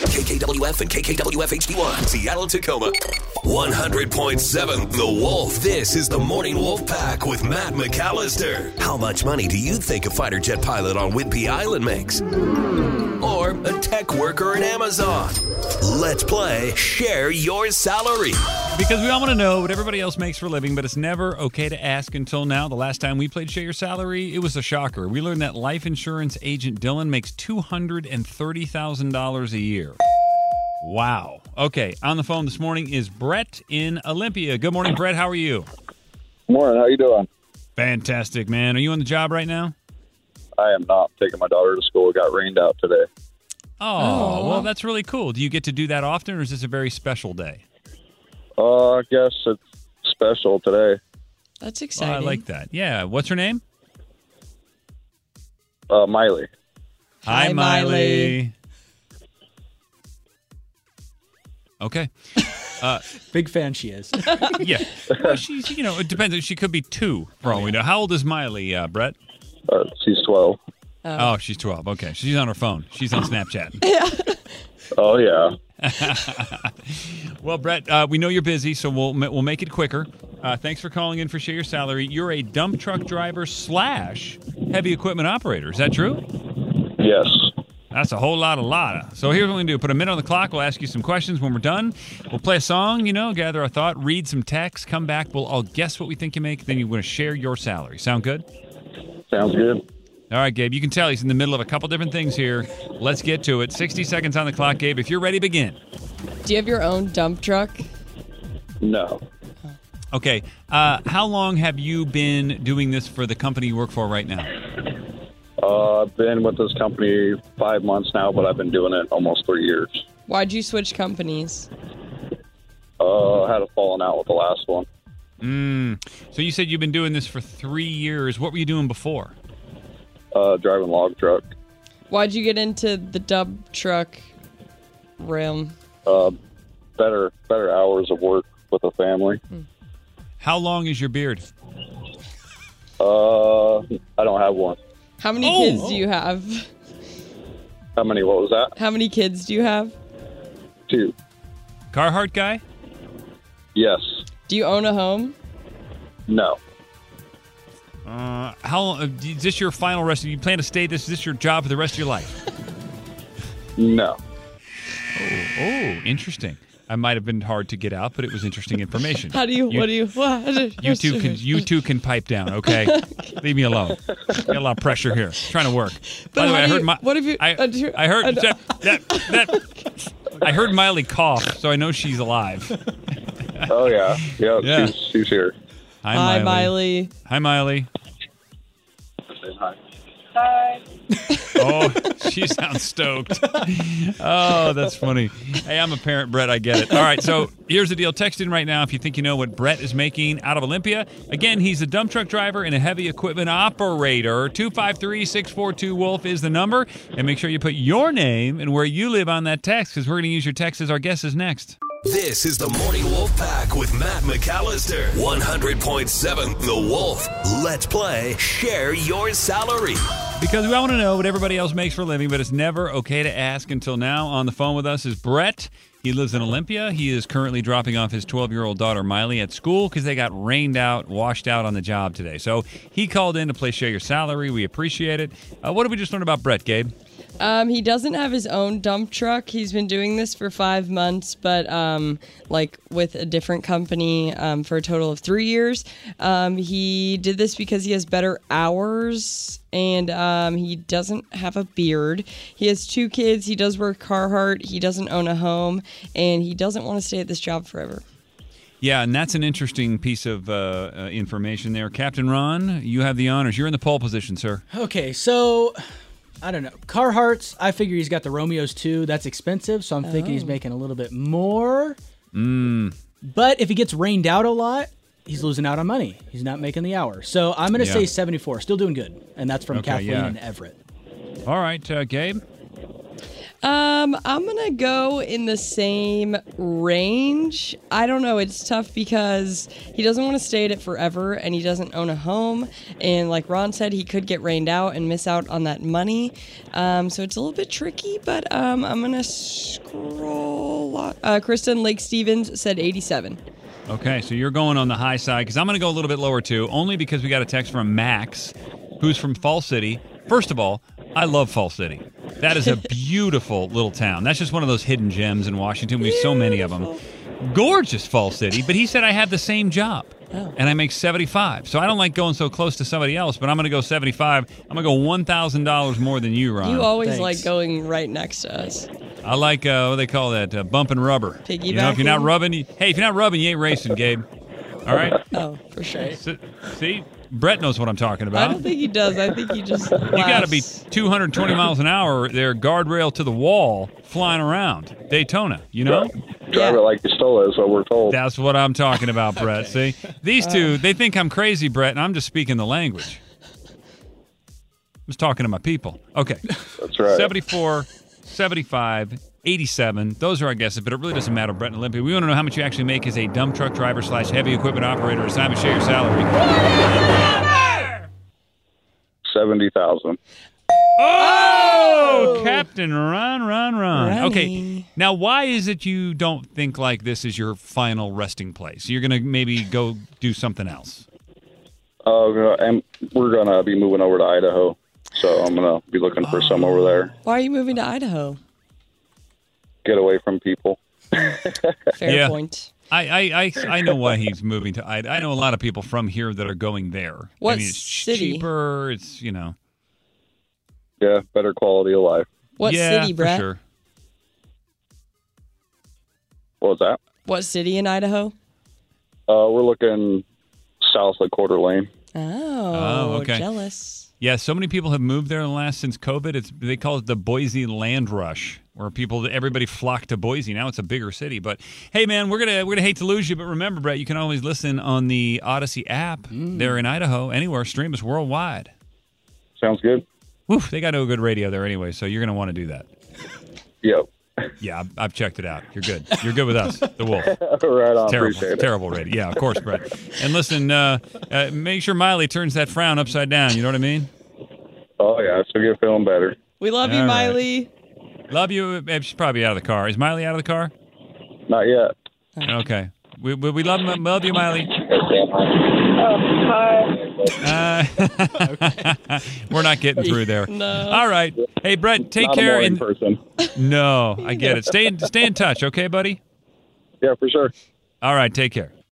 KKWF and KKWF HD1, Seattle, Tacoma. 100.7 The Wolf. This is the Morning Wolf Pack with Matt McAllister. How much money do you think a fighter jet pilot on Whidbey Island makes? Or a tech worker in Amazon? Let's play Share Your Salary. Because we all want to know what everybody else makes for a living, but it's never okay to ask until now. The last time we played Share Your Salary, it was a shocker. We learned that life insurance agent Dylan makes $230,000 a year. Wow. Okay. On the phone this morning is Brett in Olympia. Good morning, Brett. How are you? Morning. How you doing? Fantastic, man. Are you on the job right now? I am not taking my daughter to school. It got rained out today. Oh, well, that's really cool. Do you get to do that often, or is this a very special day? Uh, I guess it's special today. That's Well, exciting. Oh, I like that. Yeah. What's her name? Uh, Miley. Hi, Miley. Okay. Uh, Big fan she is. Yeah. Well, she's, you know, it depends. She could be two, for Oh, all we know. How old is Miley, uh, Brett? Uh, she's 12. Oh, she's 12. Okay. She's on her phone. She's on Snapchat. Oh, yeah. well, Brett, uh, we know you're busy, so we'll ma- we'll make it quicker. Uh, thanks for calling in for Share Your Salary. You're a dump truck driver slash heavy equipment operator. Is that true? Yes. That's a whole lot of lotta. So here's what we do: put a minute on the clock. We'll ask you some questions when we're done. We'll play a song, you know, gather our thought, read some text, come back. We'll all guess what we think you make. Then you're going to share your salary. Sound good? Sounds good. All right, Gabe. You can tell he's in the middle of a couple different things here. Let's get to it. 60 seconds on the clock, Gabe. If you're ready, begin. Do you have your own dump truck? No. Okay. Uh, how long have you been doing this for the company you work for right now? Uh, I've been with this company five months now, but I've been doing it almost three years. Why'd you switch companies? Uh, I had a falling out with the last one. So you said you've been doing this for three years. What were you doing before? Uh, driving log truck. Why'd you get into the dump truck realm? Better, better hours of work with a family. How long is your beard? Uh, I don't have one. How many Oh. kids do you have? How many? What was that? How many kids do you have? Two. Carhartt guy? Yes. Do you own a home? No. Uh, how uh, is this your final rest? You plan to stay this? Is this your job for the rest of your life? No. Oh, interesting. I might have been hard to get out, but it was interesting information. How do you, what do you, what? You two can you two can pipe down, okay? Leave me alone. Got a lot of pressure here. trying to work. By But the way, how I do heard you- my what if you- I, uh, do you- I heard uh, that, that, that- I heard Miley cough, so I know she's alive. Oh yeah. Yeah. Yeah. She's, she's here. Hi, Hi, Miley. Miley. Hi, Miley. Hi. Oh, she sounds stoked. Oh, that's funny. Hey, I'm a parent, Brett. I get it. All right, so here's the deal. Text in right now if you think you know what Brett is making out of Olympia. Again, he's a dump truck driver and a heavy equipment operator. 253 642 Wolf is the number. And make sure you put your name and where you live on that text because we're going to use your text as our guesses next. This is the Morning Wolf Pack with Matt McAllister. 100.7 The Wolf. Let's play Share Your Salary. Because we all want to know what everybody else makes for a living, but it's never okay to ask until now. On the phone with us is Brett. He lives in Olympia. He is currently dropping off his 12 year old daughter, Miley, at school because they got rained out, washed out on the job today. So he called in to play Share Your Salary. We appreciate it. Uh, what did we just learn about Brett, Gabe? Um, he doesn't have his own dump truck. He's been doing this for five months, but um, like with a different company um, for a total of three years. Um, he did this because he has better hours and um, he doesn't have a beard. He has two kids. He does work Carhartt. He doesn't own a home and he doesn't want to stay at this job forever. Yeah, and that's an interesting piece of uh, uh, information there. Captain Ron, you have the honors. You're in the pole position, sir. Okay, so I don't know. Carhartts, I figure he's got the Romeos too. That's expensive, so I'm thinking he's making a little bit more. Mm. But if he gets rained out a lot, he's losing out on money. He's not making the hour. So I'm going to Yeah. say 74. Still doing good. And that's from Okay, Kathleen yeah. and Everett. All right, uh, Gabe. Um, I'm gonna go in the same range. I don't know. It's tough because he doesn't want to stay at it forever, and he doesn't own a home. And like Ron said, he could get rained out and miss out on that money. Um, so it's a little bit tricky. But um, I'm gonna scroll. On. Uh, Kristen Lake Stevens said 87. Okay, so you're going on the high side because I'm going to go a little bit lower too, only because we got a text from Max, who's from Fall City. First of all, I love Fall City. That is a beautiful little town. That's just one of those hidden gems in Washington. We have so many of them. Gorgeous Fall City, but he said I have the same job. And I make 75. So I don't like going so close to somebody else, but I'm going to go 75. I'm going to go $1,000 more than you, Ron. You always thanks. like going right next to us. I like uh, what they call that uh, bumping rubber. You know, if you're not Piggybacking. rubbing, you, hey, if you're not rubbing, you ain't racing, Gabe. All right. Oh, for sure. S- See, Brett knows what I'm talking I about. don't think he does. I think he just. Laughs. you got to be 220 miles an hour there, guardrail to the wall, flying around Daytona. You know, Drive it like you stole it, is what we're told. that's what I'm talking about, Brett. See, these two, they think I'm crazy, Brett, and I'm just speaking the language. I was talking to my people. Okay. That's right. 74, 75, 87. Those are our guesses, but it really doesn't matter, Brett and Olympia. We want to know how much you actually make as a dump truck driver slash heavy equipment operator. It's time to share your salary. 70,000. Oh, Captain Ron, Ron, Ron. Ronnie. Okay. Now, why is it you don't think like this is your final resting place? You're going to maybe go do something else. Uh, and we're going to be moving over to Idaho. So I'm going to be looking for some over there. Why are you moving to Idaho? Get away from people. Fair Yeah. point. I, I, I, I know why he's moving to. I, I know a lot of people from here that are going there. I What mean, it's city? cheaper. It's, you know. Yeah, better quality of life. What yeah, city, for Brett? sure. What was that? What city in Idaho? Uh, we're looking south of Quarter Lane. Oh, okay. jealous. Yeah, so many people have moved there in the last since COVID. It's they call it the Boise land rush, where people everybody flocked to Boise. Now it's a bigger city, but hey, man, we're gonna we're gonna hate to lose you, but remember, Brett, you can always listen on the Odyssey app. There in Idaho, anywhere, stream us worldwide. Sounds good? Woof, they got no good radio there anyway, so you're gonna want to do that. Yep. Yeah, I've, I've checked it out. You're good. You're good with us, the Wolf. right on. Terrible, Appreciate it. terrible radio. Yeah, of course, Brett. And listen, uh, uh, make sure Miley turns that frown upside down. You know what I mean? Oh, yeah. I still get feeling better. We love All you, right. Miley. Love you. eh, She's probably out of the car. Is Miley out of the car? Not yet. Okay. We, we, we love, love you, Miley. Uh, we're not getting through there. No. All right. Hey, Brett, take Not a care. morning And, person. no, I get it. Stay, in- stay in touch, okay, buddy? Yeah, for sure. All right. Take care.